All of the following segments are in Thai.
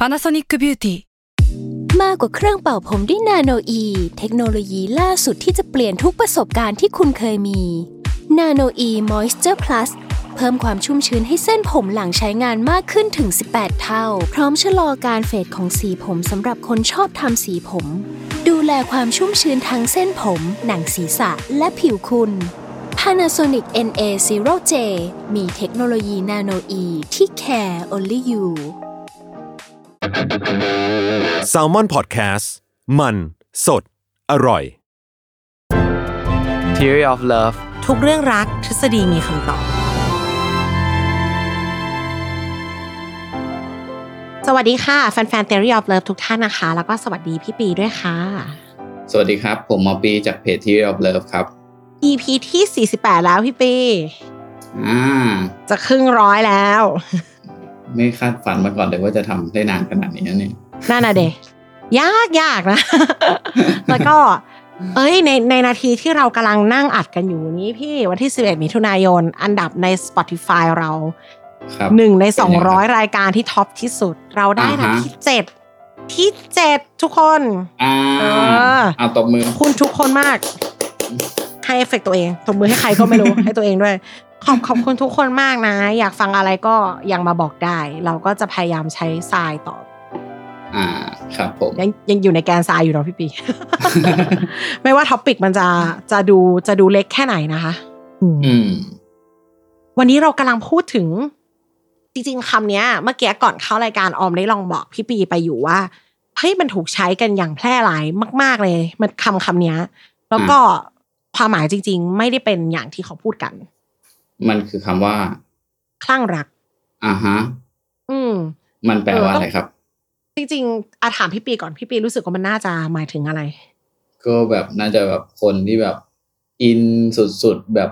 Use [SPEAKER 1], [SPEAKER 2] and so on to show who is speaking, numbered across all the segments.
[SPEAKER 1] Panasonic Beauty
[SPEAKER 2] มากกว่าเครื่องเป่าผมด้วยนาโนอีเทคโนโลยีล่าสุดที่จะเปลี่ยนทุกประสบการณ์ที่คุณเคยมีนาโนอีมอยส์เจอร์พลัสเพิ่มความชุ่มชื้นให้เส้นผมหลังใช้งานมากขึ้นถึง 18 เท่า พร้อมชะลอการเฟดของสีผมสำหรับคนชอบทำสีผม ดูแลความชุ่มชื้นทั้งเส้นผม หนังศีรษะและผิวคุณ Panasonic NA0J มีเทคโนโลยีนาโนอีที่ care only you
[SPEAKER 3] s a l m o n PODCAST มันสดอร่อย
[SPEAKER 4] Theory of Love
[SPEAKER 5] ทุกเรื่องรักทฤษฎีมีคำตอบ สวัสดีค่ะ แฟนๆ Theory of Love ทุกท่านนะคะ แล้วก็สวัสดีพี่ปีด้วยค่ะ
[SPEAKER 6] สวัสดีครับ ผมหมอปีจากเพจ Theory of Love ครับ
[SPEAKER 5] EP ที่ 48 แล้วพี่ปี
[SPEAKER 6] อ่า
[SPEAKER 5] จะครึ่งร้อยแล้ว
[SPEAKER 6] ไม่คาดฝันมาก่อนเลยว่าจะทำได้นานขนาดนี้นะเนี่ย
[SPEAKER 5] นั่นน่ะเดยากยากนะ แล้วก็ เอ้ยในในนาทีที่เรากำลังนั่งอัดกันอยู่นี้พี่วันที่ 11 มิถุนายน อันดับใน Spotify เรา
[SPEAKER 6] ครับ
[SPEAKER 5] หนึ่งใน
[SPEAKER 6] เป็นไงครับ
[SPEAKER 5] 200 รายการที่ท็อปที่สุด เราได้อันดับ
[SPEAKER 6] อ่าฮะ
[SPEAKER 5] ที่เจ็ดที่เจ็ดทุกคน
[SPEAKER 6] อ่า
[SPEAKER 5] เออ
[SPEAKER 6] เอาตบมือ
[SPEAKER 5] ขอบคุณทุกคนมาก ให้เอฟเฟกต์ตัวเองตบมือให้ใครก็ไม่ รู้ ให้ตัวเองด้วย ขอบขอบคุณทุกคนมากนะ อยากฟังอะไรก็ยังมาบอกได้ เราก็จะพยายามใช้ทรายต่อ
[SPEAKER 6] อ่า ครับผม
[SPEAKER 5] ยังยังอยู่ในแกนทรายอยู่เนาะพี่ปี ไม่ว่าท็อปิกมันจะจะดูจะดูเล็กแค่ไหนนะคะ
[SPEAKER 6] อืม
[SPEAKER 5] วันนี้เรากำลังพูดถึง จริงๆคำเนี้ย เมื่อกี้ก่อนเข้ารายการออมได้ลองบอกพี่ปีไปอยู่ว่าเฮ้ยมันถูกใช้กันอย่างแพร่หลายมาก ๆเลย มันคำคำเนี้ย แล้วก็ความหมายจริง ๆ ไม่ได้เป็นอย่างที่เขาพูดกัน
[SPEAKER 6] มันคือคำว่า
[SPEAKER 5] คลั่งรัก
[SPEAKER 6] อ่าฮะ
[SPEAKER 5] อืม
[SPEAKER 6] มันแปลว่าอะไรครับ
[SPEAKER 5] จริงๆอาถามพี่ปีก่อนพี่ปีรู้สึกว่ามันน่าจะหมายถึงอะไร
[SPEAKER 6] ก็แบบน่าจะแบบคนที่แบบ อินสุดๆ แบบ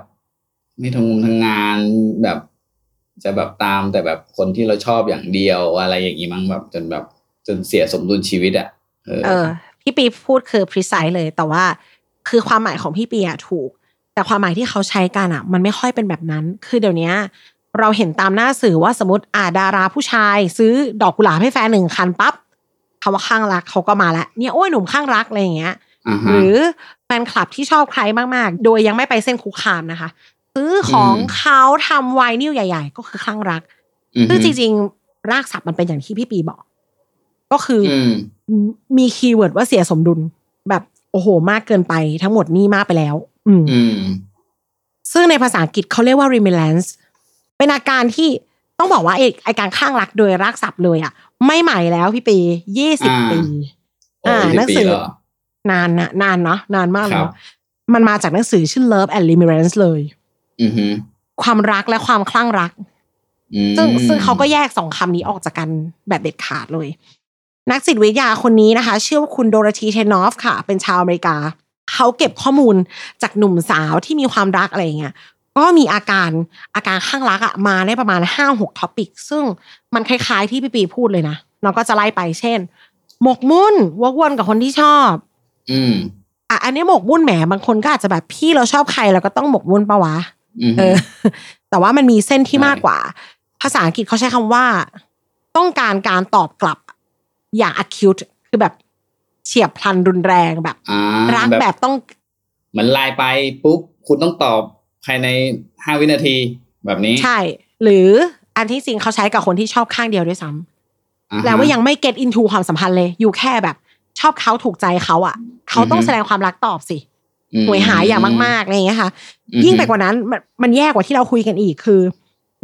[SPEAKER 6] ไม่ทำงงทำงานแบบ จะแบบตามแต่แบบคนที่เราชอบอย่างเดียวอะไรอย่างนี้มั้งแบบจนแบบจนเสียสมดุลชีวิตอ่ะ เออ
[SPEAKER 5] เออพี่ปีพูดคือ precise เลยแต่ว่าคือความหมายของพี่ปีอะถูก แต่ความหมายที่เขาใช้กันอะมันไม่ค่อยเป็นแบบนั้น คือเดี๋ยวเนี้ย เราเห็นตามหน้าสื่อว่าสมมติอ่าดาราผู้ชาย ซื้อดอกกุหลาบให้แฟนหนึ่งคันปั๊บคำว่าข้างรักเขาก็มาละเนี่ยโอ้ยหนุ่มข้างรักอะไรอย่างเงี้ย
[SPEAKER 6] อ่า
[SPEAKER 5] ห
[SPEAKER 6] ฮะ
[SPEAKER 5] รือแฟนคลับที่ชอบใครมากๆ โดยยังไม่ไปเส้นคุกคามนะคะ ซื้อของ
[SPEAKER 6] อืม
[SPEAKER 5] เขาทำไวนิลใหญ่ ๆ ก็คือข้างรัก
[SPEAKER 6] อือฮึ
[SPEAKER 5] ซึ่งจริงๆ รากศัพท์มันเป็นอย่างที่พี่ปีบอก ก็คืออ
[SPEAKER 6] อืม
[SPEAKER 5] มีคีย์เวิร์ดว่าเสียสมดุล แบบโอ้โห มากเกินไปทั้งหมดนี่มากไปแล้ว อืม
[SPEAKER 6] อืม
[SPEAKER 5] ซึ่งในภาษาอังกฤษเขาเรียกว่า remelance เป็นอาการที่ต้องบอกว่าเอกไอการข้างรักโดยรักศัพท์เลยอ่ะ ไม่ใหม่แล้วพี่ปียี่สิบ
[SPEAKER 6] อ่า
[SPEAKER 5] ปี
[SPEAKER 6] โอ้
[SPEAKER 5] อ่าย หนัง
[SPEAKER 6] ปี
[SPEAKER 5] สือ
[SPEAKER 6] แล้วเหรอ
[SPEAKER 5] นานนะนานเนาะนานมากเลย
[SPEAKER 6] ครั
[SPEAKER 5] เน
[SPEAKER 6] บ
[SPEAKER 5] อะมันมาจากหนังสือชื่อ love and limerence เลย
[SPEAKER 6] อือฮึ
[SPEAKER 5] ความรักและความคลั่งรัก
[SPEAKER 6] อืม
[SPEAKER 5] ซึ่งซึ่งเขาก็แยกสองคำนี้ออกจากกันแบบเด็ดขาดเลย นักจิตวิทยาคนนี้นะคะ ชื่อว่าคุณโดรธีเทนอฟค่ะ เป็นชาวอเมริกา เขาเก็บข้อมูลจากหนุ่มสาวที่มีความรักอะไรอย่างเงี้ยก็มีอาการอาการข้างรักอะมาได้ประมาณห้าหกท็อปิก ซึ่งมันคล้ายๆที่พี่ปีพูดเลยนะ เราก็จะไล่ไปเช่น หมกมุ่นวกวนกับคนที่ชอบ
[SPEAKER 6] อืม
[SPEAKER 5] อ่ะอันนี้หมกมุ่นแหมบางคนก็อาจจะแบบพี่เราชอบใครเราก็ต้องหมกมุ่นปะวะ
[SPEAKER 6] อืม
[SPEAKER 5] เออ แต่ว่ามันมีเส้นที่
[SPEAKER 6] ใช่
[SPEAKER 5] มากกว่า ภาษาอังกฤษเขาใช้คำว่า ต้องการการตอบกลับอย่าง acute คือแบบเฉียบพลันรุนแรงแบบ
[SPEAKER 6] อ่า
[SPEAKER 5] รักแบบต้อง
[SPEAKER 6] เหมือนไลน์ไปปุ๊บคุณต้องตอบภายในห้าวินาทีแบบนี้
[SPEAKER 5] ใช่ หรืออันที่จริงเขาใช้กับคนที่ชอบข้างเดียวด้วยซ้ำ
[SPEAKER 6] อ่ฮะ
[SPEAKER 5] แล้วว่ายังไม่ get into ความสัมพันธ์เลย อยู่แค่แบบ ชอบเขาถูกใจเขาอ่ะ เขาต้อง
[SPEAKER 6] อือฮึ
[SPEAKER 5] แสดงความรักตอบสิ
[SPEAKER 6] อืม
[SPEAKER 5] หวยหายอย่างมากๆอะไรอย่างเงี้ยค่ะ
[SPEAKER 6] อืม
[SPEAKER 5] ยิ่งไปกว่านั้นมันมันแย่กว่าที่เราคุยกันอีกคือ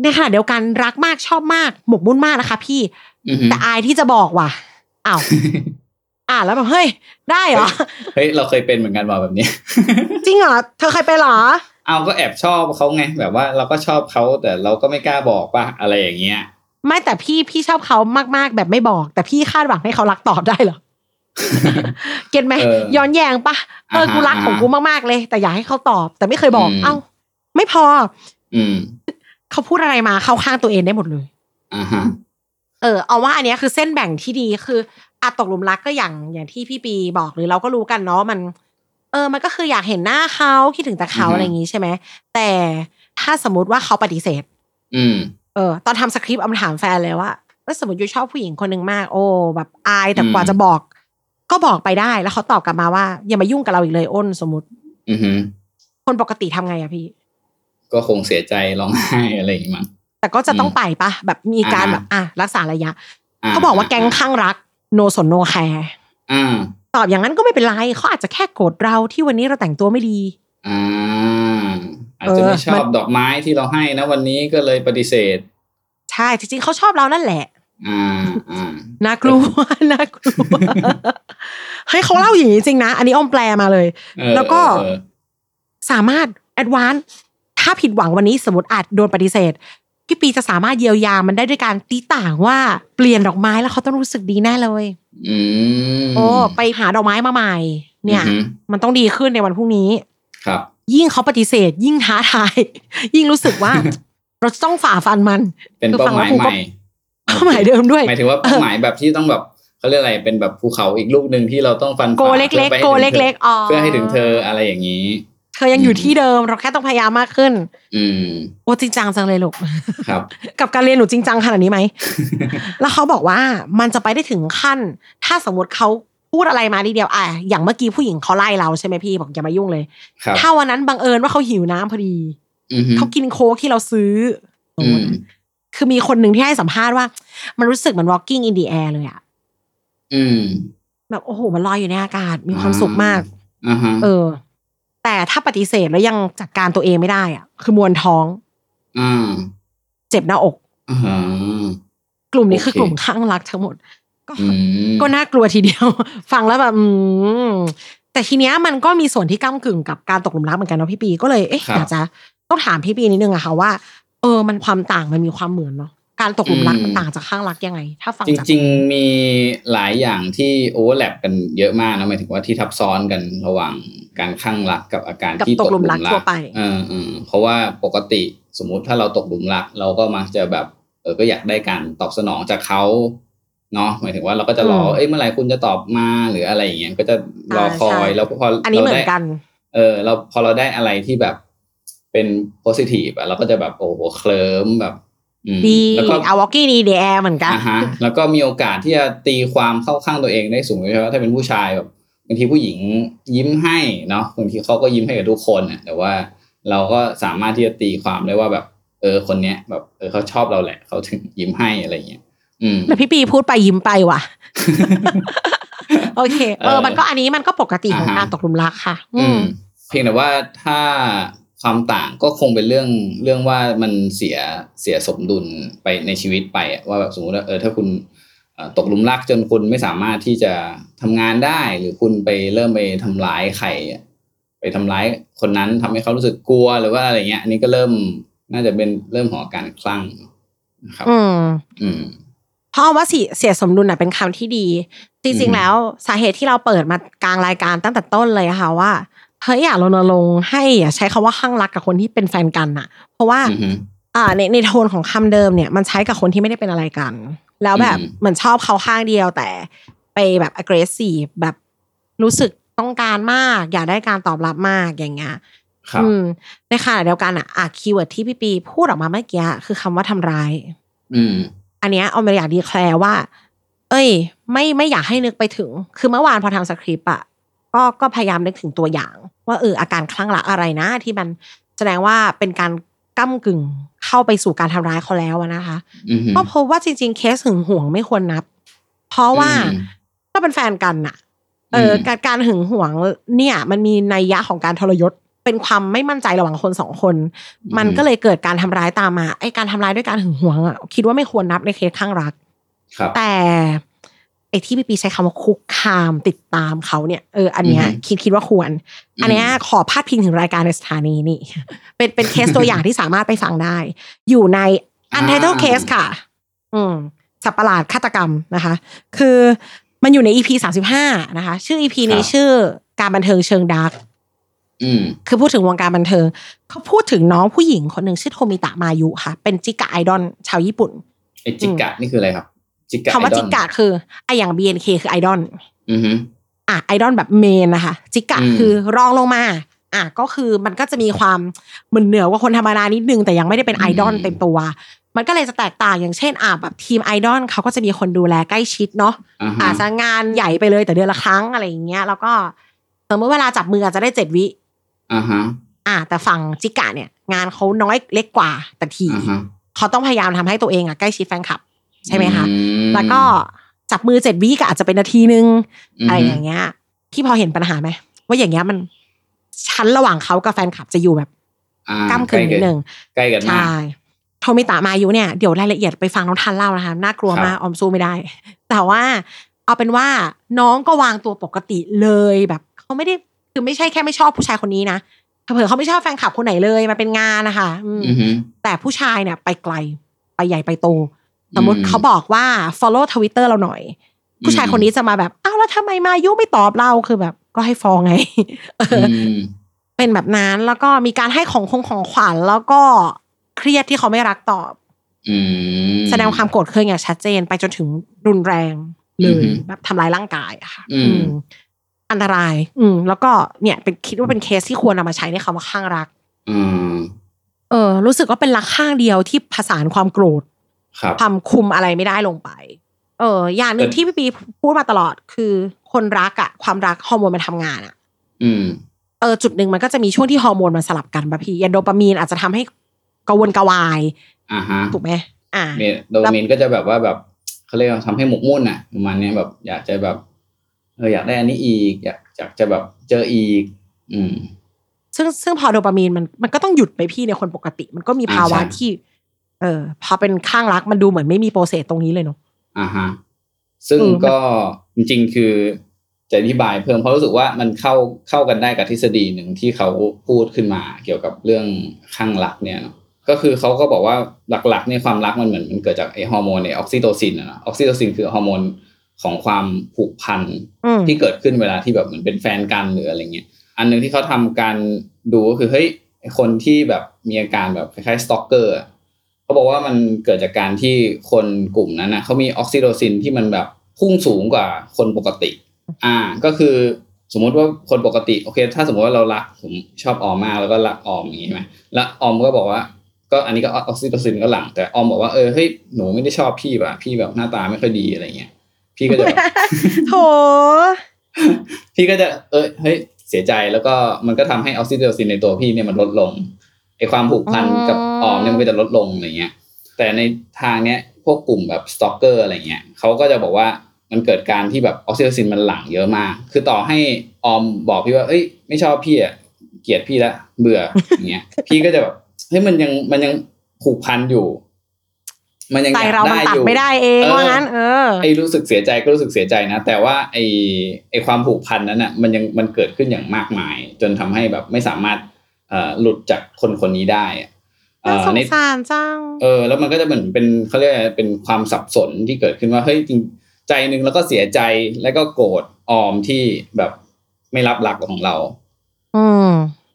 [SPEAKER 5] ในขณะเดียวกันรักมากชอบมากหมกมุ่นมากนะคะ พี่
[SPEAKER 6] อือฮึ
[SPEAKER 5] แต่อายที่จะบอกว่ะ อ้าว อ่านแล้วแบบเฮ้ย ได้เหรอ
[SPEAKER 6] เฮ้ยเราเคยเป็นเหมือนกันว่าแบบนี้
[SPEAKER 5] จริงเหรอ เธอเคยไปเหรอ
[SPEAKER 6] เอาก็แอบชอบเขาไงแบบว่าเราก็ชอบเขาแต่เราก็ไม่กล้าบอกป่ะอะไรอย่างเงี้ย
[SPEAKER 5] ไม่แต่พี่พี่ชอบเขามากๆ แบบไม่บอก แต่พี่คาดหวังให้เขารักตอบได้เหรอ เก็ตไหม
[SPEAKER 6] เออ
[SPEAKER 5] ย้อนแยงปะเออ
[SPEAKER 6] อ่าฮะ
[SPEAKER 5] กูรักของกูมากๆเลย แต่อยากให้เขาตอบ แต่ไม่เคยบอก
[SPEAKER 6] อืม
[SPEAKER 5] เอ้า ไม่พอ
[SPEAKER 6] อืม
[SPEAKER 5] เขาพูดอะไรมาเข้าข้างตัวเองได้หมดเลย
[SPEAKER 6] อ่าฮะ
[SPEAKER 5] เออเอาว่าอันเนี้ยคือเส้นแบ่งที่ดีคืออาตกหลุมรักก็อย่างอย่างที่พี่ปีบอกหรือเราก็รู้กันเนาะมัน เออ มันก็คืออยากเห็นหน้าเขาคิดถึงแต่เขา
[SPEAKER 6] อือฮึ
[SPEAKER 5] อะไรอย่างงี้ใช่ไหมแต่ถ้าสมมติว่าเขาปฏิเสธ
[SPEAKER 6] อืม
[SPEAKER 5] เออ ตอนทำสคริปต์เอามาถามแฟนเลยว่า ว่าสมมติยูชอบผู้หญิงคนหนึ่งมาก โอ้แบบอายแต่
[SPEAKER 6] อืม
[SPEAKER 5] กว่าจะบอก ก็บอกไปได้แล้วเขาตอบกลับมาว่า อย่ามายุ่งกับเราอีกเลยอ้นสมมติ
[SPEAKER 6] อือฮึ
[SPEAKER 5] คนปกติทำไงอะพี่
[SPEAKER 6] ก็คงเสียใจร้องไห้อะไรอย่างงี้มั้ง
[SPEAKER 5] แต่ก็จะต้อง
[SPEAKER 6] อืม
[SPEAKER 5] ไปปะแบบมีการ
[SPEAKER 6] อ่า
[SPEAKER 5] แบบอ่ะรักษาระยะ
[SPEAKER 6] อ่
[SPEAKER 5] เขาบอกว่าแก๊งข้างรักโนสนโนแคร์
[SPEAKER 6] อ่า
[SPEAKER 5] ตอบอย่างนั้นก็ไม่เป็นไรเขาอาจจะแค่โกรธเราที่วันนี้เราแต่งตัวไม่ดี
[SPEAKER 6] อ่า อาจจะไม่
[SPEAKER 5] เออ
[SPEAKER 6] ชอบ
[SPEAKER 5] มัน
[SPEAKER 6] ดอกไม้ที่เราให้นะวันนี้ก็เลยปฏิเสธ
[SPEAKER 5] ใช่จริงๆเขาชอบเรานั่นแหละ
[SPEAKER 6] อ่าอ่า
[SPEAKER 5] น่ากลัว น่ากลัว เฮ้ยเขาเล่าอย่างนี้จริงนะ อันนี้อ้อมแปลมาเลย
[SPEAKER 6] เออ
[SPEAKER 5] แล้วก็
[SPEAKER 6] เออ
[SPEAKER 5] สามารถแอดวานถ้าผิดหวังวันนี้สมมติอาจโดนปฏิเสธพี่ปีจะสามารถเยียวยามันได้ด้วยการตีต่างว่าเปลี่ยนดอกไม้แล้วเขาต้องรู้สึกดีแน่เลย
[SPEAKER 6] อืม
[SPEAKER 5] โอ้ไปหาดอกไม้มาใหม่ เนี่ย
[SPEAKER 6] อือฮึ
[SPEAKER 5] มันต้องดีขึ้นในวันพรุ่งนี้
[SPEAKER 6] ครับ
[SPEAKER 5] ยิ่งเขาปฏิเสธ ยิ่งท้าทาย ยิ่งรู้สึกว่า เราจะต้องฝ่าฟันมัน
[SPEAKER 6] เป็นเป้าหมายใหม่
[SPEAKER 5] เป้าหมายเดิมด้วย
[SPEAKER 6] หมายถึงว่าเป้าหมายแบบที่ต้องแบบเขาเรียกอะไรเป็นแบบภูเขาอีกลูกหนึ่งที่เราต้องฟันฝ่า
[SPEAKER 5] โกเล็กๆ โกเล็กๆอ๋อ
[SPEAKER 6] เพื่อให้ถึงเธออะไรอย่างนี้
[SPEAKER 5] เธอยังอยู่ที่เดิม เราแค่ต้องพยายามมากขึ้น
[SPEAKER 6] อืม
[SPEAKER 5] โอ้จริงจังจังเลยลูก
[SPEAKER 6] ครับ
[SPEAKER 5] กับการเรียนหนูจริงจังขนาดนี้ไหม แล้วเขาบอกว่ามันจะไปได้ถึงขั้น ถ้าสมมติเขาพูดอะไรมาทีเดียวอ่ะอย่างเมื่อกี้ผู้หญิงเขาไล่เราใช่ไหมพี่บอกอย่ามายุ่งเลย
[SPEAKER 6] ครับ
[SPEAKER 5] ถ้าวันนั้นบังเอิญว่าเขาหิวน้ำพอดี
[SPEAKER 6] อือฮึ
[SPEAKER 5] เขากินโค้กที่เราซื้ออ
[SPEAKER 6] อืม
[SPEAKER 5] คือมีคนหนึ่งที่ให้สัมภาษณ์ว่า มันรู้สึกเหมือน walking in the air เลยอะ
[SPEAKER 6] อืม
[SPEAKER 5] แบบโอ้โหมันลอยอยู่ในอากาศมีความสุขมาก
[SPEAKER 6] อ่าฮะ
[SPEAKER 5] เออ แต่ถ้าปฏิเสธแล้วยังจัดการตัวเองไม่ได้อะคือมวนท้อง
[SPEAKER 6] อ่า
[SPEAKER 5] เจ็บหน้าอก
[SPEAKER 6] อ่าฮะ
[SPEAKER 5] กลุ่มนี้คือ
[SPEAKER 6] โอเค
[SPEAKER 5] กลุ่มข้างรักทั้งหมด ก็
[SPEAKER 6] อืม
[SPEAKER 5] ก็น่ากลัวทีเดียว ฟังแล้วแบบอืมแต่ทีเนี้ยมันก็มีส่วนที่ก้ากึ่งกับการตกหลุมรักเหมือนกันเนาะพี่ปีก็เลยเอ๊ะอยากจะต้องถามพี่ปีนิดนึงอะค่ะว่า เออมันความต่างมันมีความเหมือนเนาะการตกหลุมรักมันต่างจากข้างรักยังไง ถ้าฟัง
[SPEAKER 6] จ
[SPEAKER 5] จาก
[SPEAKER 6] ริง ๆ มีหลายอย่างที่โอเวอร์แลปกันเยอะมากนะหมายถึงว่าที่ทับซ้อนกันระหว่างการคลั่งรักกับอาการ
[SPEAKER 5] กับ
[SPEAKER 6] ที่
[SPEAKER 5] ต
[SPEAKER 6] ต
[SPEAKER 5] กห
[SPEAKER 6] กห
[SPEAKER 5] ลุ
[SPEAKER 6] ลุ
[SPEAKER 5] ม
[SPEAKER 6] ม
[SPEAKER 5] รั
[SPEAKER 6] รั
[SPEAKER 5] ก
[SPEAKER 6] ก
[SPEAKER 5] ทั่วไป
[SPEAKER 6] เออเออเพราะว่าปกติสมมุติถ้าเราตกหลุมรัก เราก็มักจะแบบเออก็อยากได้การตอบสนองจากเขาเนาะหมายถึงว่าเราก็จะรอ
[SPEAKER 5] อืม
[SPEAKER 6] เอ้ยเมื่อไหร่คุณจะตอบมาหรืออะไรอย่างเงี้ยก็จะรอคอ
[SPEAKER 5] ใช่
[SPEAKER 6] ย
[SPEAKER 5] ใช่
[SPEAKER 6] แล้วพอ
[SPEAKER 5] อันนี้
[SPEAKER 6] รา
[SPEAKER 5] เหมือ
[SPEAKER 6] ได้
[SPEAKER 5] นกัน
[SPEAKER 6] เออเราพอเราได้อะไรที่แบบเป็น positive อะเราก็จะแบบโอ้โหเคลิ้มแบบอืม
[SPEAKER 5] ดี
[SPEAKER 6] แล้วก็
[SPEAKER 5] อาวอกี้ดีเดแอร์เหมือนกัน
[SPEAKER 6] อ่าฮะแล้วก็มีโอกาสที่จะตีความเข้าข้างตัวเองได้สูงโดยเฉพาะถ้าเป็นผู้ชายแบบบางทีผู้หญิงยิ้มให้เนาะบางทีเขาก็ยิ้มให้กับทุกคนน่ะแต่ว่าเราก็สามารถที่จะตีความได้ว่าแบบ เออคนเนี้ยแบบเออเขาชอบเราแหละเขาถึงยิ้มให้อะไรอย่างเงี้ยอืม
[SPEAKER 5] แล้วพี่ปีพูดไปยิ้มไปว่ะ โอเค เอ
[SPEAKER 6] เอ
[SPEAKER 5] อ
[SPEAKER 6] อ
[SPEAKER 5] มันก็อันนี้มันก็ปกติของ
[SPEAKER 6] อ่าฮะ
[SPEAKER 5] การตกหลุมรักค่ะ อื
[SPEAKER 6] อื
[SPEAKER 5] ม
[SPEAKER 6] มเพียงแต่ว่าถ้าความต่างก็คงเป็นเรื่องเรื่องว่ามันเสียเสียสมดุลไปในชีวิตไปอะว่าแบบสมมติว่าเออถ้าคุณเอ่อตกหลุมรักจนคุณไม่สามารถที่จะทำงานได้ หรือคุณไปเริ่มไปทำร้ายใครอะไปทำร้ายคนนั้นทำให้เขารู้สึกกลัวหรือว่าอะไรเงี้ยอันนี้ก็เริ่มน่าจะเป็นเริ่มของอาการคลั่งนะครับ
[SPEAKER 5] อืม
[SPEAKER 6] อืม
[SPEAKER 5] เพราะว่าเสียเสียสมดุลน่ะเป็นคำที่ดี จ
[SPEAKER 6] อื
[SPEAKER 5] ริง
[SPEAKER 6] ม
[SPEAKER 5] ๆแล้วสาเหตุที่เราเปิดมากลางรายการตั้งแต่ต้นเลยอะค่ะว่าเฮ้ยอยากรณรงค์ให้อย่าใช้คำว่าข้างรักกับคนที่เป็นแฟนกันน่ะ เพราะว่า
[SPEAKER 6] อือฮึ
[SPEAKER 5] อ่าในในโทนของคำเดิมเนี่ยมันใช้กับคนที่ไม่ได้เป็นอะไรกัน แล้วแบบ
[SPEAKER 6] อืม
[SPEAKER 5] เหมือนชอบเขาข้างเดียวแต่ไปแบบ aggressive แบบรู้สึกต้องการมาก อยากได้การตอบรับมากอย่างเงี้ย
[SPEAKER 6] ครับ
[SPEAKER 5] อืมในขณะเดียวกันอ่ะอ่ะคีย์เวิร์ดที่พี่ปีพูดออกมาเมื่อกี้อะคือคำว่าทำร้าย
[SPEAKER 6] อืม
[SPEAKER 5] อันเนี้ยออมเลยอยากดีแคลร์ว่า เอ้ย ไม่ไม่อยากให้นึกไปถึง คือเมื่อวานพอทำสคริปต์อ่ะก็ก็พยายามนึกถึงตัวอย่าง ว่าเอออาการคลั่งรักอะไรนะ ที่มันแสดงว่าเป็นการก้ำกึ่งเข้าไปสู่การทำร้ายเขาแล้วอะนะคะ
[SPEAKER 6] อือฮึ
[SPEAKER 5] ก็พบว่าจริง ๆ เคสหึงหวงไม่ควรนับ เพราะว่า
[SPEAKER 6] อืม
[SPEAKER 5] ถ้าเป็นแฟนกันน่ะ เอออ
[SPEAKER 6] ม
[SPEAKER 5] การการหึงหวงเนี่ย มันมีนัยยะของการทรยศเป็นความไม่มั่นใจระหว่างคนสองคน มันก็เลยเกิดการทำร้ายตามมาไอ้การทำร้ายด้วยการหึงหวงอ่ะคิดว่าไม่ควรนับในเคสข้างรัก
[SPEAKER 6] ครับ
[SPEAKER 5] แต่ไอ้ที่พี่ปีใช้คำว่าคุกคามติดตามเขาเนี่ยเอออันเนี้ย
[SPEAKER 6] อือฮึ
[SPEAKER 5] คิดคิดว่าควร อันเนี้ยขอพาดพิงถึงรายการในสถานีนี่ เป็นเป็นเคสตัวอย่างที่สามารถไปฟังได้ อยู่ใน Untitled Case ค่ะ อืมสับประหลาดฆาตกรรมนะคะ คือมันอยู่ใน EP สามสิบห้านะคะ ชื่อ EP นี้
[SPEAKER 6] ครับ
[SPEAKER 5] ชื่อการบันเทิงเชิงดาร์ก
[SPEAKER 6] อืม
[SPEAKER 5] คือพูดถึงวงการบันเทิงเขาพูดถึงน้องผู้หญิงคนหนึ่งชื่อโทมิตะมายุค่ะ เป็นจิกะไอดอลชาวญี่ปุ่น
[SPEAKER 6] ไอจิกะนี่คืออะไรครับ จิกะ
[SPEAKER 5] คำว่า
[SPEAKER 6] ไอดอล
[SPEAKER 5] จิกะคือไอะอย่าง BNK คือไอดอล
[SPEAKER 6] อือฮึ
[SPEAKER 5] อ่ะไอดอลแบบเมนนะคะจิกะ
[SPEAKER 6] อืม
[SPEAKER 5] คือรองลงมา อ่ะก็คือมันก็จะมีความเหมือนเหนือกว่าคนธรรมดานิดนึงแต่ยังไม่ได้เป็นไอดอลเต็มตัว มันก็เลยจะแตกต่างอย่างเช่นอ่าแบบทีมไอดอลเขาก็จะมีคนดูแลใกล้ชิดเนาะ
[SPEAKER 6] อาฮะ
[SPEAKER 5] อาจจะงานใหญ่ไปเลยแต่เดือนละครั้งอะไรอย่างเงี้ย แล้วก็สมมติเวลาจับมืออาจจะได้เจ็ดวิ
[SPEAKER 6] อ่าฮะ
[SPEAKER 5] อ่า แต่ฝั่งจิกะเนี่ย งานเขาน้อยเล็กกว่าแต่ที
[SPEAKER 6] อ่าฮะ
[SPEAKER 5] เขาต้องพยายามทำให้ตัวเองอะใกล้ชิดแฟนคลับ ใช่ไหมคะ
[SPEAKER 6] อื
[SPEAKER 5] แล้วก็จับมือเจ็ดวิก็อาจจะเป็นนาทีนึง
[SPEAKER 6] ม
[SPEAKER 5] อะไรอย่างเงี้ยพี่พอเห็นปัญหาไหมว่าอย่างเงี้ยมันชั้นระหว่างเขากับแฟนคลับจะอยู่แบบ
[SPEAKER 6] อ่
[SPEAKER 5] ก้ามกึ่งนิดนึง
[SPEAKER 6] ใกล้กันมาก
[SPEAKER 5] ใช่โทมิตะมายุเนี่ยเดี๋ยวรายละเอียดไปฟังน้องทันเล่านะคะน่ากลัวมากออมสู้ไม่ได้ แต่ว่าเอาเป็นว่าน้องก็วางตัวปกติเลยแบบเขาไม่ได้คือไม่ใช่แค่ไม่ชอบผู้ชายคนนี้นะเผื่อๆเขาไม่ชอบแฟนคลับคนไหนเลยมันเป็นงานนะคะอืม
[SPEAKER 6] อือฮึ
[SPEAKER 5] แต่ผู้ชายเนี่ยไปไกลไปใหญ่ไปโต สมมติ
[SPEAKER 6] อืม
[SPEAKER 5] เขาบอกว่า follow Twitter เราหน่อย
[SPEAKER 6] ม
[SPEAKER 5] ผู้ชายคนนี้จะมาแบบอ้าวแล้วทำไมมายุไม่ตอบเราคือแบบก็ให้ฟอง ไง
[SPEAKER 6] อืม
[SPEAKER 5] เป็นแบบนั้นแล้วก็มีการให้ของคงของขวัญแล้วก็เครียดที่เขาไม่รักตอบ
[SPEAKER 6] อืม
[SPEAKER 5] แสดงความโกรธเคืองอย่างชัดเจนไปจนถึงรุนแรงเล
[SPEAKER 6] อือย ฮึ
[SPEAKER 5] แบบทำร้ายร่างกายอะค่ะ
[SPEAKER 6] อืม
[SPEAKER 5] อืมอันตราย อืม แล้วก็เนี่ยเป็นคิดว่าเป็นเคสที่ควรนำมาใช้ในคำว่าข้างรัก
[SPEAKER 6] อืม
[SPEAKER 5] เออ รู้สึกว่าเป็นรักข้างเดียวที่ผสานความโกรธ
[SPEAKER 6] ครับ
[SPEAKER 5] ความคุมอะไรไม่ได้ลงไป เออ อย่างหนึ่ง
[SPEAKER 6] เออ
[SPEAKER 5] ที่พี่ปีพูดมาตลอดคือคนรักอะความรักฮอร์โมนมันทำงานอะ
[SPEAKER 6] อืม
[SPEAKER 5] เออจุดหนึ่งมันก็จะมีช่วงที่ฮอร์โมนมันสลับกันป่ะพี่อย่างโดปามีนอาจจะทำให้กระวนกระวาย
[SPEAKER 6] อ่าฮะ
[SPEAKER 5] ถูกไหมอ่า
[SPEAKER 6] เมนโดเมนก็จะแบบว่าแบบเขาเรียกว่าทำให้หมกมุ่นอ่ะประมาณเนี้ยแบบ อยากจะแบบเอออยากได้อันนี้อีก อยากอยากจะแบบเจออีก อืม
[SPEAKER 5] ซึ่งซึ่งพอโดปามีนมันมันก็ต้องหยุดไปพี่ในคนปกติ มันก็มีภาวะ
[SPEAKER 6] อ่าใช่
[SPEAKER 5] ที่ เออพอเป็นข้างรักมันดูเหมือนไม่มีโปรเซสตรงนี้เลยเนาะ
[SPEAKER 6] อ่าฮะซึ่ง
[SPEAKER 5] เออมัน
[SPEAKER 6] ก็จริงๆคือจะอธิบายเพิ่มเพราะรู้สึกว่ามันเข้าเข้ากันได้กับทฤษฎีหนึ่งที่เขาพูดขึ้นมาเกี่ยวกับเรื่องข้างรักเนี่ยเนาะก็คือเขาก็บอกว่าหลักๆเนี่ยความรักมันเหมือนมันเกิดจากไอฮอร์โมนไอออกซิโตซินอะนะออกซิโตซินคือฮอร์โมนของความผูกพัน
[SPEAKER 5] อืม
[SPEAKER 6] ที่เกิดขึ้นเวลาที่แบบเหมือนเป็นแฟนกันหรืออะไรเงี้ย อันหนึ่งที่เขาทำการดูก็คือเฮ้ยไอ้คนที่แบบมีอาการแบบคล้ายๆสตอกเกอร์เขาบอกว่ามันเกิดจากการที่คนกลุ่มนั้นนะเขามีออกซิโทซินที่มันแบบพุ่งสูงกว่าคนปกติ อ่าก็คือสมมุติว่าคนปกติโอเค ถ้าสมมติว่าเรารักผมชอบออมมากแล้วก็รักออมอย่างงี้ใช่ไหมแล้วออมก็บอกว่า ก็อันนี้ก็ออกซิโทซินก็หลังแต่ออมบอกว่าเออเฮ้ยหนูไม่ได้ชอบพี่ว่ะพี่แบบหน้าตาไม่ค่อยดีอะไรเงี้ยพี่ก็จะแบบ
[SPEAKER 5] โถ
[SPEAKER 6] พี่ก็จะเอ้ยเฮ้ยเสียใจแล้วก็มันก็ทำให้ออกซิโทซินในตัวพี่เนี่ยมันลดลงไอความผูกพันกับออมเนี่ยมันก็จะลดลงอะไรเงี้ย แต่ในทางเนี้ยพวกกลุ่มแบบสตอกเกอร์อะไรเงี้ยเขาก็จะบอกว่ามันเกิดการที่แบบออกซิโทซินมันหลั่งเยอะมาก คือต่อให้ออมบอกพี่ว่าเอ้ย ไม่ชอบพี่อ่ะเกลียดพี่ละเบื่ออย่างเงี้ย พี่ก็จะแบบเฮ้ยมันยังมันยังผูกพันอยู่ มันยัง
[SPEAKER 5] ใจ
[SPEAKER 6] อยก
[SPEAKER 5] เรามันตัด
[SPEAKER 6] อยู่
[SPEAKER 5] ไม่ได้เองว่างั้น เออ
[SPEAKER 6] ไอ้รู้สึกเสียใจก็รู้สึกเสียใจนะ แต่ว่าไอ้ไอ้ความผูกพันนั้นอ่ะมันยังมันเกิดขึ้นอย่างมากมาย จนทำให้แบบไม่สามารถเอ่อหลุดจากคนคนนี้ได้อะเอ่
[SPEAKER 5] น่า
[SPEAKER 6] อ
[SPEAKER 5] สง
[SPEAKER 6] ใน
[SPEAKER 5] สารจัง
[SPEAKER 6] เออแล้วมันก็จะเหมือนเป็นเขาเรียกอะไรเป็นความสับสนที่เกิดขึ้นว่าเฮ้ยจริงใจหนึ่งแล้วก็เสียใจแล้วก็โกรธออมที่แบบไม่รับหลักของเรา
[SPEAKER 5] อืม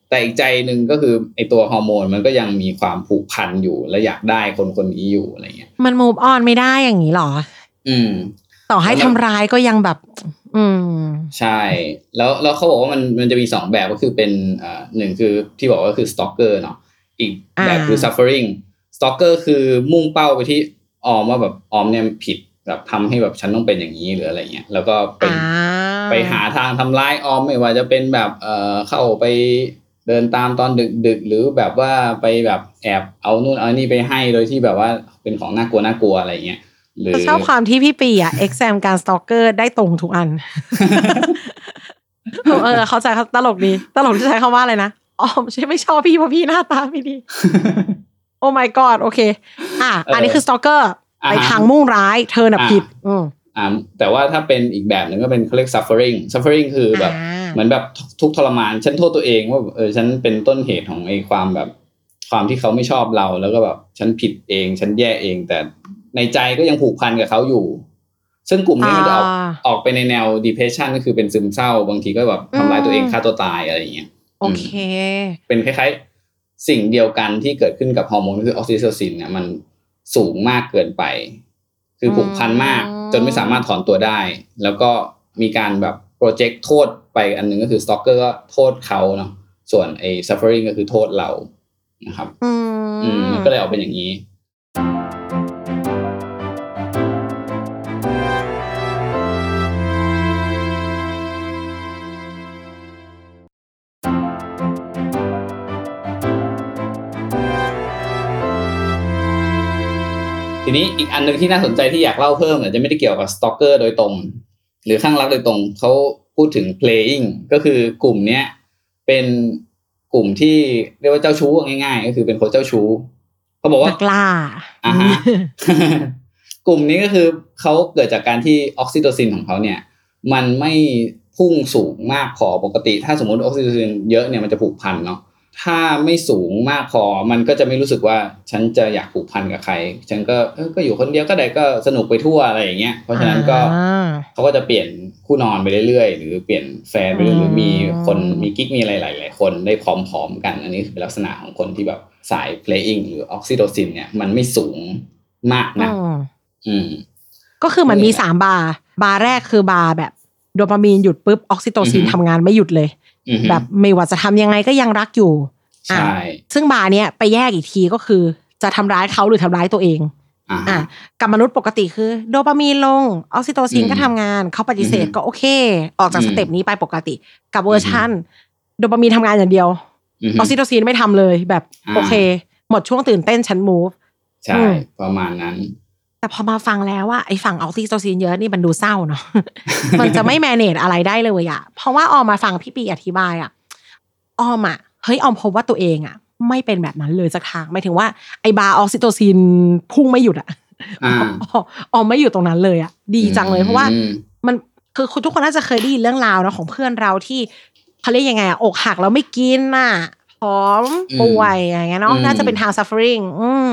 [SPEAKER 6] แต่อีกใจหนึ่งก็คือไอ้ตัวฮอร์โมนมันก็ยังมีความผูกพันอยู่และอยากได้คนคนนี้อยู่อะไรเงี้ย
[SPEAKER 5] มันมูฟออนไม่ได้อย่างนี้หรอ
[SPEAKER 6] อืม
[SPEAKER 5] ต่อให้ทำร้ายก็ยังแบบ อืม
[SPEAKER 6] ใช่ แล้วแล้วเขาบอกว่ามันมันจะมีสองแบบก็คือเป็นเอ่อหนึ่งคือที่บอกว่าคือ stalker เนาะอีกแบบ
[SPEAKER 5] อ่า
[SPEAKER 6] คือ suffering stalker คือมุ่งเป้าไปที่ออมว่าแบบออมเนี่ยผิดแบบทำให้แบบฉันต้องเป็นอย่างนี้หรืออะไรเงี้ยแล้วก็เป็น
[SPEAKER 5] อ่า
[SPEAKER 6] ไปหาทางทำร้ายออมไม่ว่าจะเป็นแบบเอ่อเข้าไปเดินตามตอนดึกดึกๆหรือแบบว่าไปแบบแอบเอานู่นเอานี่ไปให้โดยที่แบบว่าเป็นของน่ากลัวน่ากลัวอะไรเงี้ยหรือ
[SPEAKER 5] ชอบความที่พี่ปีอะเอ็กซมการสตอกเกอร์ได้ตรงทุกอัน เออ เข้าใจเขาตลกดี ตลกที่ใช้คำว่าอะไรนะอ๋อไม่ใช่ไม่ชอบพี่เพราะพี่หน้าตาไม่ดี โอ้ my god โอเค อ่ะ อันนี้คือสตอกเกอร์
[SPEAKER 6] อ่าฮะ
[SPEAKER 5] ไปทางมุ่งร้ายเธอน่ะ
[SPEAKER 6] อ่า
[SPEAKER 5] ผิด อืม
[SPEAKER 6] อ่าแต่ว่าถ้าเป็นอีกแบบหนึ่งก็เป็นเขาเรียก suffering suffering คือแบบ
[SPEAKER 5] า
[SPEAKER 6] เหมือนแบบทุกข์ทรมาน ฉันโทษตัวเองว่าเออฉันเป็นต้นเหตุของไอ้ความแบบ ความที่เขาไม่ชอบเราแล้วก็แบบฉันผิดเอง ฉันแย่เอง แต่ในใจก็ยังผูกพันกับเขาอยู่ ซึ่งกลุ่มนี้มันจะออก
[SPEAKER 5] า
[SPEAKER 6] ออกไปในแนว depression ก็คือเป็นซึมเศร้า บางทีก็แบบทำร้ายตัวเอง
[SPEAKER 5] อืม
[SPEAKER 6] ฆ่าตัวตายอะไรอย่างเงี้ย
[SPEAKER 5] โอเค
[SPEAKER 6] เป็นคล้ายๆ สิ่งเดียวกันที่เกิดขึ้นกับฮอร์โมนก็คือออกซิโทซินเนี่ยมันสูงมากเกินไป คือผูกพันมาก
[SPEAKER 5] อืม
[SPEAKER 6] จนไม่สามารถถอนตัวได้ แล้วก็มีการแบบโปรเจกต์โทษไปอันหนึงก็คือสตอกเกอร์ก็โทษเขาเนาะส่วนไอ้ suffering ก็คือโทษเรานะครับ
[SPEAKER 5] อื
[SPEAKER 6] อืม
[SPEAKER 5] ม
[SPEAKER 6] มันก็เลยออกเป็นอย่างนี้ นี้อีกอันหนึ่งที่น่าสนใจที่อยากเล่าเพิ่มแต่จะไม่ได้เกี่ยวกับสตอกเกอร์โดยตรง หรือข้างรักโดยตรงเขาพูดถึง playing ก็คือกลุ่มเนี้ยเป็นกลุ่มที่เรียกว่าเจ้าชู้ง่าย ๆ ก็คือเป็นคนเจ้าชู้เขาบอกว่า
[SPEAKER 5] นักล่า
[SPEAKER 6] อ่าฮะ กลุ่มนี้ก็คือเขาเกิดจากการที่ออกซิโตซินของเขาเนี่ย มันไม่พุ่งสูงมากพอปกติ ถ้าสมมติออกซิโตซินเยอะเนี่ยมันจะผูกพันเนาะถ้าไม่สูงมากพอมันก็จะไม่รู้สึกว่าฉันจะอยากผูกพันกับใคร ฉันก็เอ้ยก็อยู่คนเดียวก็ได้ก็สนุกไปทั่วอะไรอย่างเงี้ยเพราะฉะนั้นก็
[SPEAKER 5] อ่า
[SPEAKER 6] เขาก็จะเปลี่ยนคู่นอนไปเรื่อยๆ หรือเปลี่ยนแฟนไปเรื่อยๆหรือมีคน
[SPEAKER 5] อืม
[SPEAKER 6] มีกิ๊กมีอะไรหลายๆคนได้พร้อมๆกัน อันนี้คือเป็นลักษณะของคนที่แบบสาย playing หรือออกซิโตซินเนี่ยมันไม่สูงมากนะ
[SPEAKER 5] อ๋อ
[SPEAKER 6] อืม
[SPEAKER 5] ก็คือมันมี
[SPEAKER 6] เนี่ย
[SPEAKER 5] สามบาร์บาร์แรกคือบาร์แบบโดปามีนหยุดปุ๊บออกซิโตซิน
[SPEAKER 6] อือฮึ
[SPEAKER 5] ทำงานไม่หยุดเลย
[SPEAKER 6] อือฮึ
[SPEAKER 5] แบบไม่ว่าจะทำยังไงก็ยังรักอยู่
[SPEAKER 6] ใช่
[SPEAKER 5] ซึ่งบาร์เนี้ยไปแยกอีกทีก็คือจะทำร้ายเขาหรือทำร้ายตัวเอง
[SPEAKER 6] อ่า
[SPEAKER 5] อ่ะ
[SPEAKER 6] ฮะ
[SPEAKER 5] กับมนุษย์ปกติคือ โดปามีนลงออกซิโตซิน
[SPEAKER 6] อืม
[SPEAKER 5] ก็ทำงาน เขาปฏิเสธ
[SPEAKER 6] อือฮึ
[SPEAKER 5] ก็โอเค ออกจาก
[SPEAKER 6] อืม
[SPEAKER 5] สเต็ปนี้ไปปกติ กับเวอร์ชันโดปามีนทำงานอย่างเดียว
[SPEAKER 6] อือฮึ
[SPEAKER 5] ออกซิโตซินไม่ทำเลยแบบ
[SPEAKER 6] อ่า
[SPEAKER 5] โอเค หมดช่วงตื่นเต้นฉัน move
[SPEAKER 6] ใช่
[SPEAKER 5] อืม
[SPEAKER 6] ประมาณนั้น
[SPEAKER 5] แต่พอมาฟังแล้วว่าไอ้ฝั่งออกซิโตซินเยอะนี่มันดูเศร้าเนาะ มันจะไม่แมเนจอะไรได้เลยอะเพราะว่าออมมาฟังพี่ปีอธิบายอะออมอะเฮ้ยออมพบว่าตัวเองอะไม่เป็นแบบนั้นเลยสักทางหมายถึงว่าไอ้บาร์ออกซิโตซินพุ่งไม่หยุดอะ
[SPEAKER 6] อ่า
[SPEAKER 5] อ อมไม่อยู่ตรงนั้นเลยอะดีจังเลยเพราะว่า
[SPEAKER 6] อืม
[SPEAKER 5] มันคือคุณทุกคนน่าจะเคยได้ยินเรื่องราวเนอะของเพื่อนเราที่เขาเรียกยังไงอะอกหักแล้วไม่กินน่ะผอม
[SPEAKER 6] อืม
[SPEAKER 5] ป่วยอย่างเงี้ยเนาะ
[SPEAKER 6] อืม
[SPEAKER 5] น่าจะเป็นทาง suffering อืม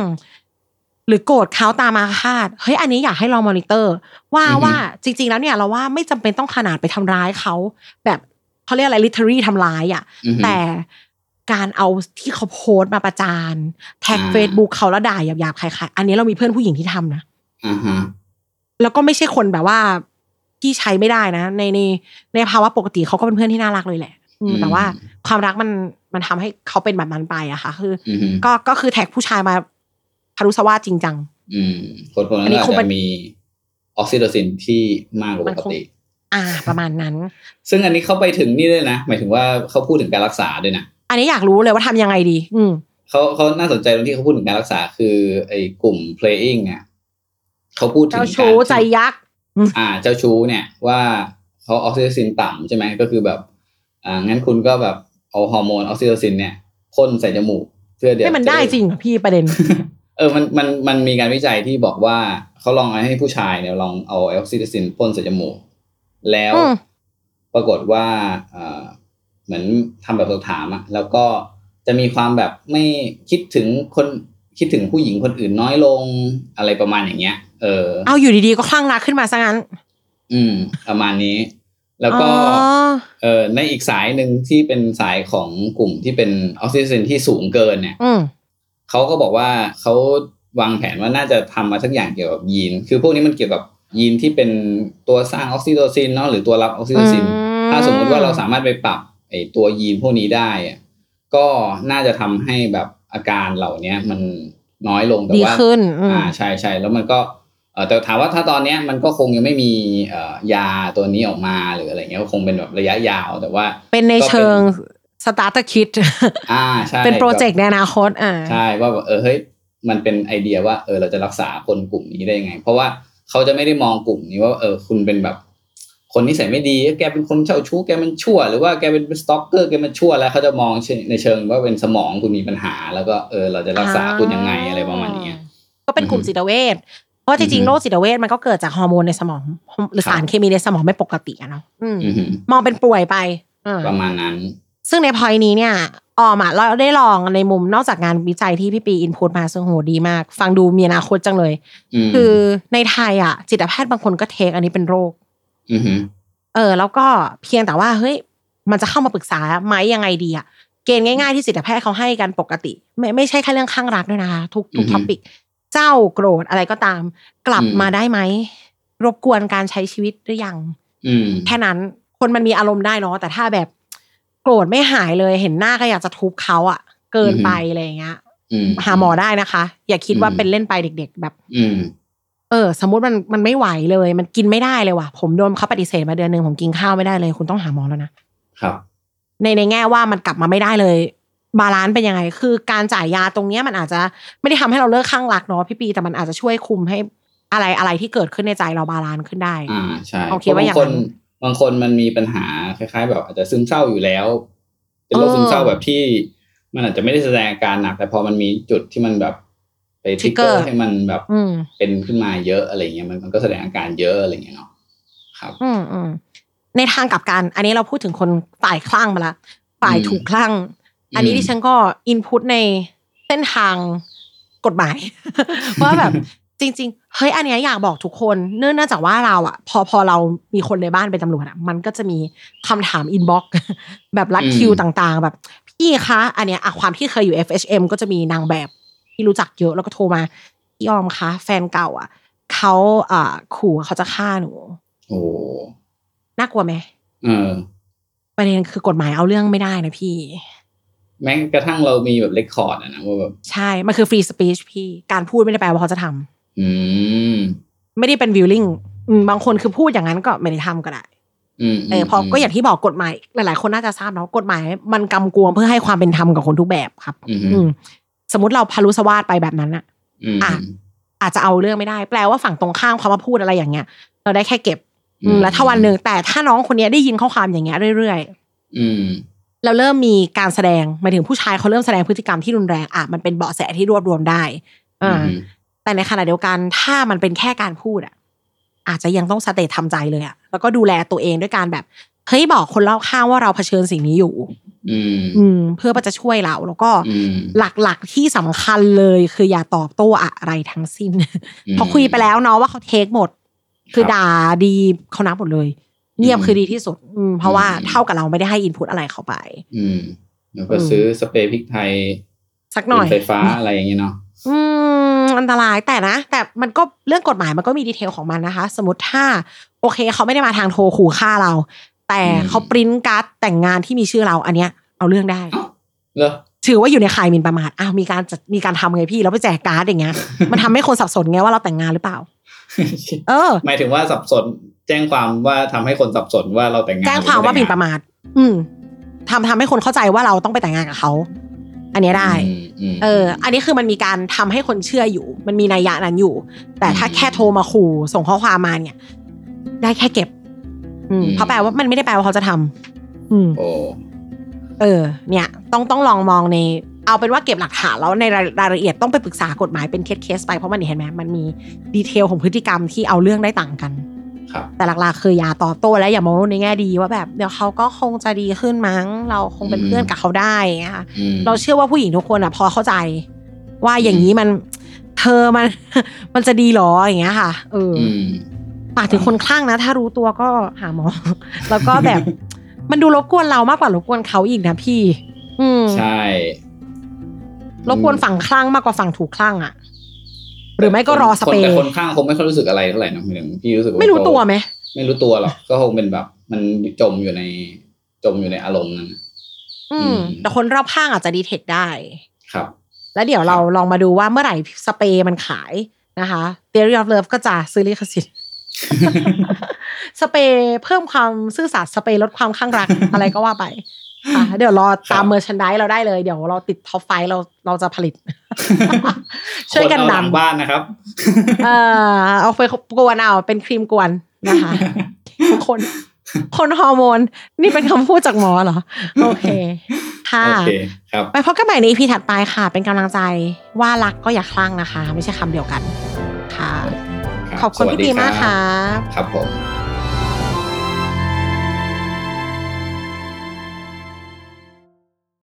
[SPEAKER 5] หรือโกรธเขาตามอาฆาตเฮ้ยอันนี้อยากให้ลองมอนิเตอร์ ว่าว่าจริง ๆ แล้วเนี่ยเราว่าไม่จำเป็นต้องขนาดไปทำร้ายเขาแบบเขาเรียกอะไร literally ทำร้ายอ่ะ
[SPEAKER 6] อือฮึ
[SPEAKER 5] แต่การเอาที่เขาโพสต์มาประจานแท็ก
[SPEAKER 6] อ่า
[SPEAKER 5] เฟซบุ๊กเขาแล้วด่าหยาบๆใครๆอันนี้เรามีเพื่อนผู้หญิงที่ทำนะ
[SPEAKER 6] อ่าฮะ
[SPEAKER 5] แล้วก็ไม่ใช่คนแบบว่าที่ใช้ไม่ได้นะในในในภาวะปกติเขาก็เป็นเพื่อนที่น่ารักเลยแหละอืมแต่ว่าความรักมันมันทำให้เขาเป็นแบบนั้นไปอะค่ะคือ
[SPEAKER 6] อือฮึ
[SPEAKER 5] อก็ก็คือแท็กผู้ชายมาคารุสวาจริงจัง
[SPEAKER 6] อืมคนคน
[SPEAKER 5] อั
[SPEAKER 6] นั้น น
[SPEAKER 5] นี้
[SPEAKER 6] อาจ
[SPEAKER 5] คงเป็
[SPEAKER 6] จะ
[SPEAKER 5] น
[SPEAKER 6] มีออกซิโตซินที่มากกว่า
[SPEAKER 5] มั
[SPEAKER 6] ป
[SPEAKER 5] น
[SPEAKER 6] ก
[SPEAKER 5] คง
[SPEAKER 6] ติ
[SPEAKER 5] อ่า ประมาณนั้น
[SPEAKER 6] ซึ่งอันนี้เขาไปถึงนี่ด้วยนะ หมายถึงว่าเขาพูดถึงการรักษาด้วยนะ
[SPEAKER 5] อันนี้อยากรู้เลยว่าทำยังไงดี อืม
[SPEAKER 6] เขาเขาน่าสนใจตรงที่เขาพูดถึงการรักษาคือไอ้กลุ่ม playing เนี่ยเขาพูดถึง
[SPEAKER 5] เจ้าก
[SPEAKER 6] ร
[SPEAKER 5] ชู้ใจยักษ์
[SPEAKER 6] อ่า เจ้าชู้เนี่ยว่าเขาออกซิโตซินต่ำใช่ไหมก็คือแบบ อ่างั้นคุณก็แบบเอาฮอร์โมนออกซิโตซินเนี่ยพ่นใส่จมูกเพื่อเดี๋ยว
[SPEAKER 5] ให้มันได้จริงเหรอพี่ประเด็น
[SPEAKER 6] เออมันมันมันมีการวิจัยที่บอกว่าเขาลองให้ผู้ชายเนี่ยลองเอาออกซิโตซินพ่นใส่จมูก แล้ว
[SPEAKER 5] อืม
[SPEAKER 6] ปรากฏว่าเอ่อเหมือนทำแบบสอบถามอะแล้วก็จะมีความแบบไม่คิดถึงคนคิดถึงผู้หญิงคนอื่นน้อยลงอะไรประมาณอย่างเงี้ย เออ
[SPEAKER 5] เอาอยู่ดีๆก็คลั่งรักขึ้นมาซะงั้น
[SPEAKER 6] อืม ประมาณนี้ แล้วก็
[SPEAKER 5] อ๋อ
[SPEAKER 6] เออในอีกสายหนึ่งที่เป็นสายของกลุ่มที่เป็นออกซิเจนที่สูงเกินเนี่ย
[SPEAKER 5] อืม
[SPEAKER 6] เขาก็บอกว่าเขาวางแผนว่าน่าจะทำมาสักอย่างเกี่ยวกับยีน คือพวกนี้มันเกี่ยวกับยีนที่เป็นตัวสร้างออกซิโตซินเนาะหรือตัวรับออกซิโตซิน ถ้าสมมุติว่าเราสามารถไปปรับไอตัวยีนพวกนี้ได้อะก็น่าจะทำให้แบบอาการเหล่าเนี้ยมันน้อยลงแต่
[SPEAKER 5] ดี
[SPEAKER 6] ว่า
[SPEAKER 5] ขึ้นอืม
[SPEAKER 6] อ่าใช่ใช่แล้วมันก็เอ่อแต่ถามว่าถ้าตอนเนี้ยมันก็คงยังไม่มีเอ่อยาตัวนี้ออกมาหรืออะไรเงี้ยก็คงเป็นแบบระยะยาว แต่ว่า
[SPEAKER 5] เป็นใน
[SPEAKER 6] ก็เป็น
[SPEAKER 5] เชิงสตาร์ r คิด
[SPEAKER 6] อ่าใช่
[SPEAKER 5] เป็นโปรเจกต์ในอนาคตอ่า
[SPEAKER 6] ใช่ว่าแบบเออเฮ้ยมันเป็นไอเดียว่าเออเราจะรักษาคนกลุ่มนี้ได้ยังไง เพราะว่าเขาจะไม่ได้มองกลุ่มนี้ว่าเออคุณเป็นแบบ คนนิสัยไม่ดีแกเป็นคนเช่าชู้แกมันชั่ว หรือว่าแกเป็นสต็อกเกอร์แกมันชั่วแล้วเขาจะมองเชิงในเชิงว่าเป็นสมองคุณมีปัญหา แล้วก็เออเราจะรักษาคุณยังไงอะไรประมาณอย่างเงี้ย
[SPEAKER 5] ก็เป็นกลุ่ม
[SPEAKER 6] อือฮึ
[SPEAKER 5] จิตเวชเพราะจริง
[SPEAKER 6] อือ
[SPEAKER 5] ๆ
[SPEAKER 6] ฮึ
[SPEAKER 5] โรคจิตเวชมันก็เกิดจากฮอร์โมนในสมอง หรือ
[SPEAKER 6] ครับ
[SPEAKER 5] สารเคมีในสมองไม่ปกติอะเนาะอืม
[SPEAKER 6] อือหือ
[SPEAKER 5] มองเป็นป่วยไปอ่า
[SPEAKER 6] ประมาณนั้น
[SPEAKER 5] ซึ่งในพอยนี้เนี่ยออมอะเราได้ลองในมุมนอกจากงานวิจัยที่พี่ปีอินพุตมาซึ่งโหดีมาก ฟังดูมีอนาคตจังเลย
[SPEAKER 6] อืม
[SPEAKER 5] คือในไทยอะจิตแพทย์บางคนก็เทคอันนี้เป็นโรค
[SPEAKER 6] อือหือ
[SPEAKER 5] เออแล้วก็เพียงแต่ว่าเฮ้ยมันจะเข้ามาปรึกษาไหมยังไงดีอะเกณฑ์ง่ายๆที่จิตแพทย์เขาให้กันปกติ ไม่ไม่ใช่แค่เรื่องข้างรักด้วยนะคะทุกทุก
[SPEAKER 6] อือฮึ
[SPEAKER 5] ท็อปิกเจ้าโกรธอะไรก็ตาม กลับ
[SPEAKER 6] อืม
[SPEAKER 5] มาได้ไหม รบกวนการใช้ชีวิตหรือยัง
[SPEAKER 6] อืม
[SPEAKER 5] แค่นั้นคนมันมีอารมณ์ได้เนาะแต่ถ้าแบบ โกรธไม่หายเลยเห็นหน้าก็อยากจะทุบเขาอะเกินไปอะไรอย่างเงี้ย
[SPEAKER 6] อืม
[SPEAKER 5] หาหมอได้นะคะ อย่าคิดว่า
[SPEAKER 6] อืม
[SPEAKER 5] เป็นเล่นไปเด็ก ๆ แบบ
[SPEAKER 6] อืม
[SPEAKER 5] เออสมมติมันมันไม่ไหวเลย มันกินไม่ได้เลยว่ะ ผมโดนเขาปฏิเสธมาเดือนหนึ่งผมกินข้าวไม่ได้เลย คุณต้องหาหมอแล้วนะครับ ในในแง่ว่ามันกลับมาไม่ได้เลย บาลานซ์เป็นยังไง คือการจ่ายยาตรงเนี้ยมันอาจจะไม่ได้ทำให้เราเลิกข้างรักเนาะพี่ปี แต่มันอาจจะช่วยคุมให้อะไรอะไรที่เกิดขึ้นในใจเราบาลานซ์ขึ้นได้
[SPEAKER 6] อ่าใช่
[SPEAKER 5] โอเค
[SPEAKER 6] เพราะ
[SPEAKER 5] ว่าอง ย่าง
[SPEAKER 6] บาคน
[SPEAKER 5] นั้น
[SPEAKER 6] บางคนมันมีปัญหาคล้าย ๆ แบบอาจจะซึมเศร้าอยู่แล้ว เป็นโรค
[SPEAKER 5] เออ
[SPEAKER 6] ซึมเศร้าแบบที่ มันอาจจะไม่ได้แสดงอาการหนัก แต่พอมันมีจุดที่มันแบบไปทริกเกอ
[SPEAKER 5] trigger
[SPEAKER 6] ร์ให้มันแบบ
[SPEAKER 5] อืม
[SPEAKER 6] เป็นขึ้นมาเยอะอะไรเงี้ยมันมันก็แสดงอาการเยอะอะไรเงี้ยเนาะครับ
[SPEAKER 5] อืมอืมในทางกลับกัน อันนี้เราพูดถึงคนฝ่ายคลั่งมาละฝ่าย
[SPEAKER 6] อืม
[SPEAKER 5] ถูกคลั่ง อันนี้
[SPEAKER 6] อืม
[SPEAKER 5] ดิฉันก็อินพุตในเส้นทางกฎหมาย ว่าแบบจริง ๆ เฮ้ยอันเนี้ยอยากบอกทุกคน เนื่องจากว่าเราอะพอพอเรามีคนในบ้านเป็นตำรวจอะมันก็จะมีคำถามอินบ็อก แบบรัด
[SPEAKER 6] อืม
[SPEAKER 5] คิวต่างๆ แบบพี่คะอันเนี้ยอะความที่เคยอยู่ FHM ก็จะมีนางแบบที่รู้จักเยอะแล้วก็โทรมาพี่ออมคะแฟนเก่าอะเขาอ่าขู่ว่าเขาจะฆ่าหนู
[SPEAKER 6] โอ้โห
[SPEAKER 5] น่ากลัวไหม
[SPEAKER 6] เออ
[SPEAKER 5] ประเด็นคือกฎหมายเอาเรื่องไม่ได้นะพี่
[SPEAKER 6] แม้กระทั่งเรามีแบบเรคคอร์ดอะนะว่าแบบ
[SPEAKER 5] ใช่ มันคือฟรีสปีชพี่ การพูดไม่ได้แปลว่าเขาจะทำ
[SPEAKER 6] อืม
[SPEAKER 5] ไม่ได้เป็นวิลลิ่งบางคนคือพูดอย่างนั้นก็ไม่ได้ทำก็ได้
[SPEAKER 6] อืม
[SPEAKER 5] เออพอก็อย่างที่บอกกฎหมายหลาย ๆ คนน่าจะทราบเนาะกฎหมาย มันกำกวมเพื่อให้ความเป็นธรรมกับคนทุกแบบครับ
[SPEAKER 6] อืม
[SPEAKER 5] อืมสมมติเราพารุสวาดไปแบบนั้นอะ
[SPEAKER 6] อืม
[SPEAKER 5] อาจจะเอาเรื่องไม่ได้ แปลว่าฝั่งตรงข้ามเขามาพูดอะไรอย่างเงี้ย เราได้แค่เก็บ
[SPEAKER 6] อืม
[SPEAKER 5] อืมแล้วถ้าวันหนึ่งแต่ถ้าน้องคนเนี้ยได้ยินข้อความอย่างเงี้ยเรื่อย ๆ
[SPEAKER 6] อืม
[SPEAKER 5] เราเริ่มมีการแสดงหมายถึงผู้ชายเขาเริ่มแสดงพฤติกรรมที่รุนแรงอ่ะมันเป็นเบาะแสที่รวบรวมได้อ่า
[SPEAKER 6] อืม
[SPEAKER 5] แต่ในขณะเดียวกันถ้ามันเป็นแค่การพูดอ่ะ อาจจะยังต้องสเตททำใจเลยอ่ะแล้วก็ดูแลตัวเองด้วยการแบบเฮ้ยบอกคนรอบข้างว่าเราเผชิญสิ่งนี้อยู่
[SPEAKER 6] อืม
[SPEAKER 5] อืม เพื่อว่าจะช่วยเรา แล้วก็
[SPEAKER 6] อืม
[SPEAKER 5] หลักๆที่สำคัญเลยคืออย่าตอบโต้อะไรทั้งสิ้น
[SPEAKER 6] ม
[SPEAKER 5] พอคุยไปแล้วเนาะว่าเขาเทคหมด คือ
[SPEAKER 6] ครับ
[SPEAKER 5] ด่าดีเขานับหมดเลย เงียบคือดีที่สุดอืมเพราะว่า
[SPEAKER 6] อืม
[SPEAKER 5] เท่ากับเราไม่ได้ให้อินพุตอะไรเข้าไป
[SPEAKER 6] อืม แล้วก็ซื้อสเปรย์พริกไทย
[SPEAKER 5] สักหน่อย
[SPEAKER 6] ไฟฟ้า อะไรอย่างเงี้ยเนาะ
[SPEAKER 5] อืมอันตรายแต่นะ แต่มันก็เรื่องกฎหมายมันก็มีดีเทลของมันนะคะ สมมติถ้า โอเคเขาไม่ได้มาทางโทรขู่ฆ่าเรา แต่
[SPEAKER 6] อืม
[SPEAKER 5] เขาปริ้นการ์ดแต่งงานที่มีชื่อเราอันเนี้ยเอาเรื่องได้
[SPEAKER 6] เหรอ
[SPEAKER 5] ถือว่าอยู่ในข่ายหมิ่นประมาทอ้าวมีการจัดมีการทำไงพี่แล้วไปแจกการ์ด อย่างเงี้ย มันทำให้คนสับสนไงว่าเราแต่งงานหรือเปล่า เออ
[SPEAKER 6] หมายถึงว่าสับสนแจ้งความว่าทำให้คนสับสนว่าเราแต่งงาน
[SPEAKER 5] แจ้งความว่าหมิ่นประมาทอืมทำทำให้คนเข้าใจว่าเราต้องไปแต่งงานกับเขาอันเนี้ยได้
[SPEAKER 6] อืมม
[SPEAKER 5] เออ อันนี้คือมันมีการทำให้คนเชื่ออยู่ มันมีนัยยะนั้นอยู่ แต่ถ้า
[SPEAKER 6] อืม
[SPEAKER 5] แค่โทรมาขู่ส่งข้อความมาเนี่ย ได้แค่เก็บ อืม
[SPEAKER 6] อืม
[SPEAKER 5] เพราะแปลว่ามันไม่ได้แปลว่าเขาจะทำอืม
[SPEAKER 6] โอ้
[SPEAKER 5] เออ เนี่ย ต้องต้องลองมองใน เอาเป็นว่าเก็บหลักฐานแล้วในรายรายละเอียดต้องไปปรึกษากฎหมายเป็นเคสเคสๆไปเพราะมันเห็นไหมมันมีดีเทลของพฤติกรรมที่เอาเรื่องได้ต่างกัน
[SPEAKER 6] ครับ
[SPEAKER 5] แต่หลักๆคืออย่าตอบโต้และอย่ามองโลกในแง่ดีว่าแบบ เดี๋ยวเขาก็คงจะดีขึ้นมั้ง เราคงเป็น
[SPEAKER 6] อืม
[SPEAKER 5] เพื่อนกับเขาได้อย่างเงี้ยค่ะ
[SPEAKER 6] อืม
[SPEAKER 5] เราเชื่อว่าผู้หญิงทุกคนอ่ะพอเข้าใจ ว่าอย่างนี้มัน เธอมัน มันจะดีหรออย่างเงี้ยค่ะเอออ
[SPEAKER 6] อืม
[SPEAKER 5] ฝากถึงคนคลั่งนะ ถ้ารู้ตัวก็หาหมอ แล้วก็ แบบ มันดูรบกวนเรามากกว่ารบกวนเขาอีกนะพี่ อืม
[SPEAKER 6] ใช่
[SPEAKER 5] รบกวนฝั่งคลั่งมากกว่าฝั่งถูกคลั่งอ่ะ หรือไม่ก็รอสเปร
[SPEAKER 6] คนแต่
[SPEAKER 5] ย์
[SPEAKER 6] คนข้างคงไม่ค่อยรู้สึกอะไรเท่าไหร่นะหมายถึงพี่รู้สึกา
[SPEAKER 5] ไม่รู้ตัวไหม
[SPEAKER 6] ไม่รู้ตัวหรอก ก็คงเป็นแบบ มันจมอยู่ในจมอยู่ในอารมณ์นั้นน่ะ
[SPEAKER 5] อืม
[SPEAKER 6] อืม
[SPEAKER 5] แต่คนรอบข้างอาจจะดีเทคได้
[SPEAKER 6] ครับ
[SPEAKER 5] แล้วเดี๋ยวเราลองมาดูว่าเมื่อไหร่สเปรย์มันขายนะคะ Theory of Love ก็จะซื้อลิขสิทธิ์ สเปรย์เพิ่มความซื่อสัตย์สเปรย์ลดความข้างรัก อะไรก็ว่าไปอ่ะเดี๋ยวรอตาม
[SPEAKER 6] ครับ
[SPEAKER 5] เมอร์ชันไดเราได้เลยเดี๋ยวเราติดท็อปไฟเราเราจะผ ลิต ช่วยกัน
[SPEAKER 6] คเอาหลัง
[SPEAKER 5] นำ
[SPEAKER 6] บ้านนะครับ
[SPEAKER 5] เออเอาไปกวนเอาเป็นครีมกวนนะคะ ทุกคน คนฮอร์โมน นี่เป็นคำพูดจากหมอเหรอ โอเค ค่ะ
[SPEAKER 6] โอเคครับ
[SPEAKER 5] ไปพบกันใหม่ใน EP ถัดไปค่ะ เป็นกำลังใจว่ารักก็อย่าคลั่งนะคะ ไม่ใช่คำเดียวกันค่ะ ขอบคุณพี่ปีมากค่ะ
[SPEAKER 6] ครับผม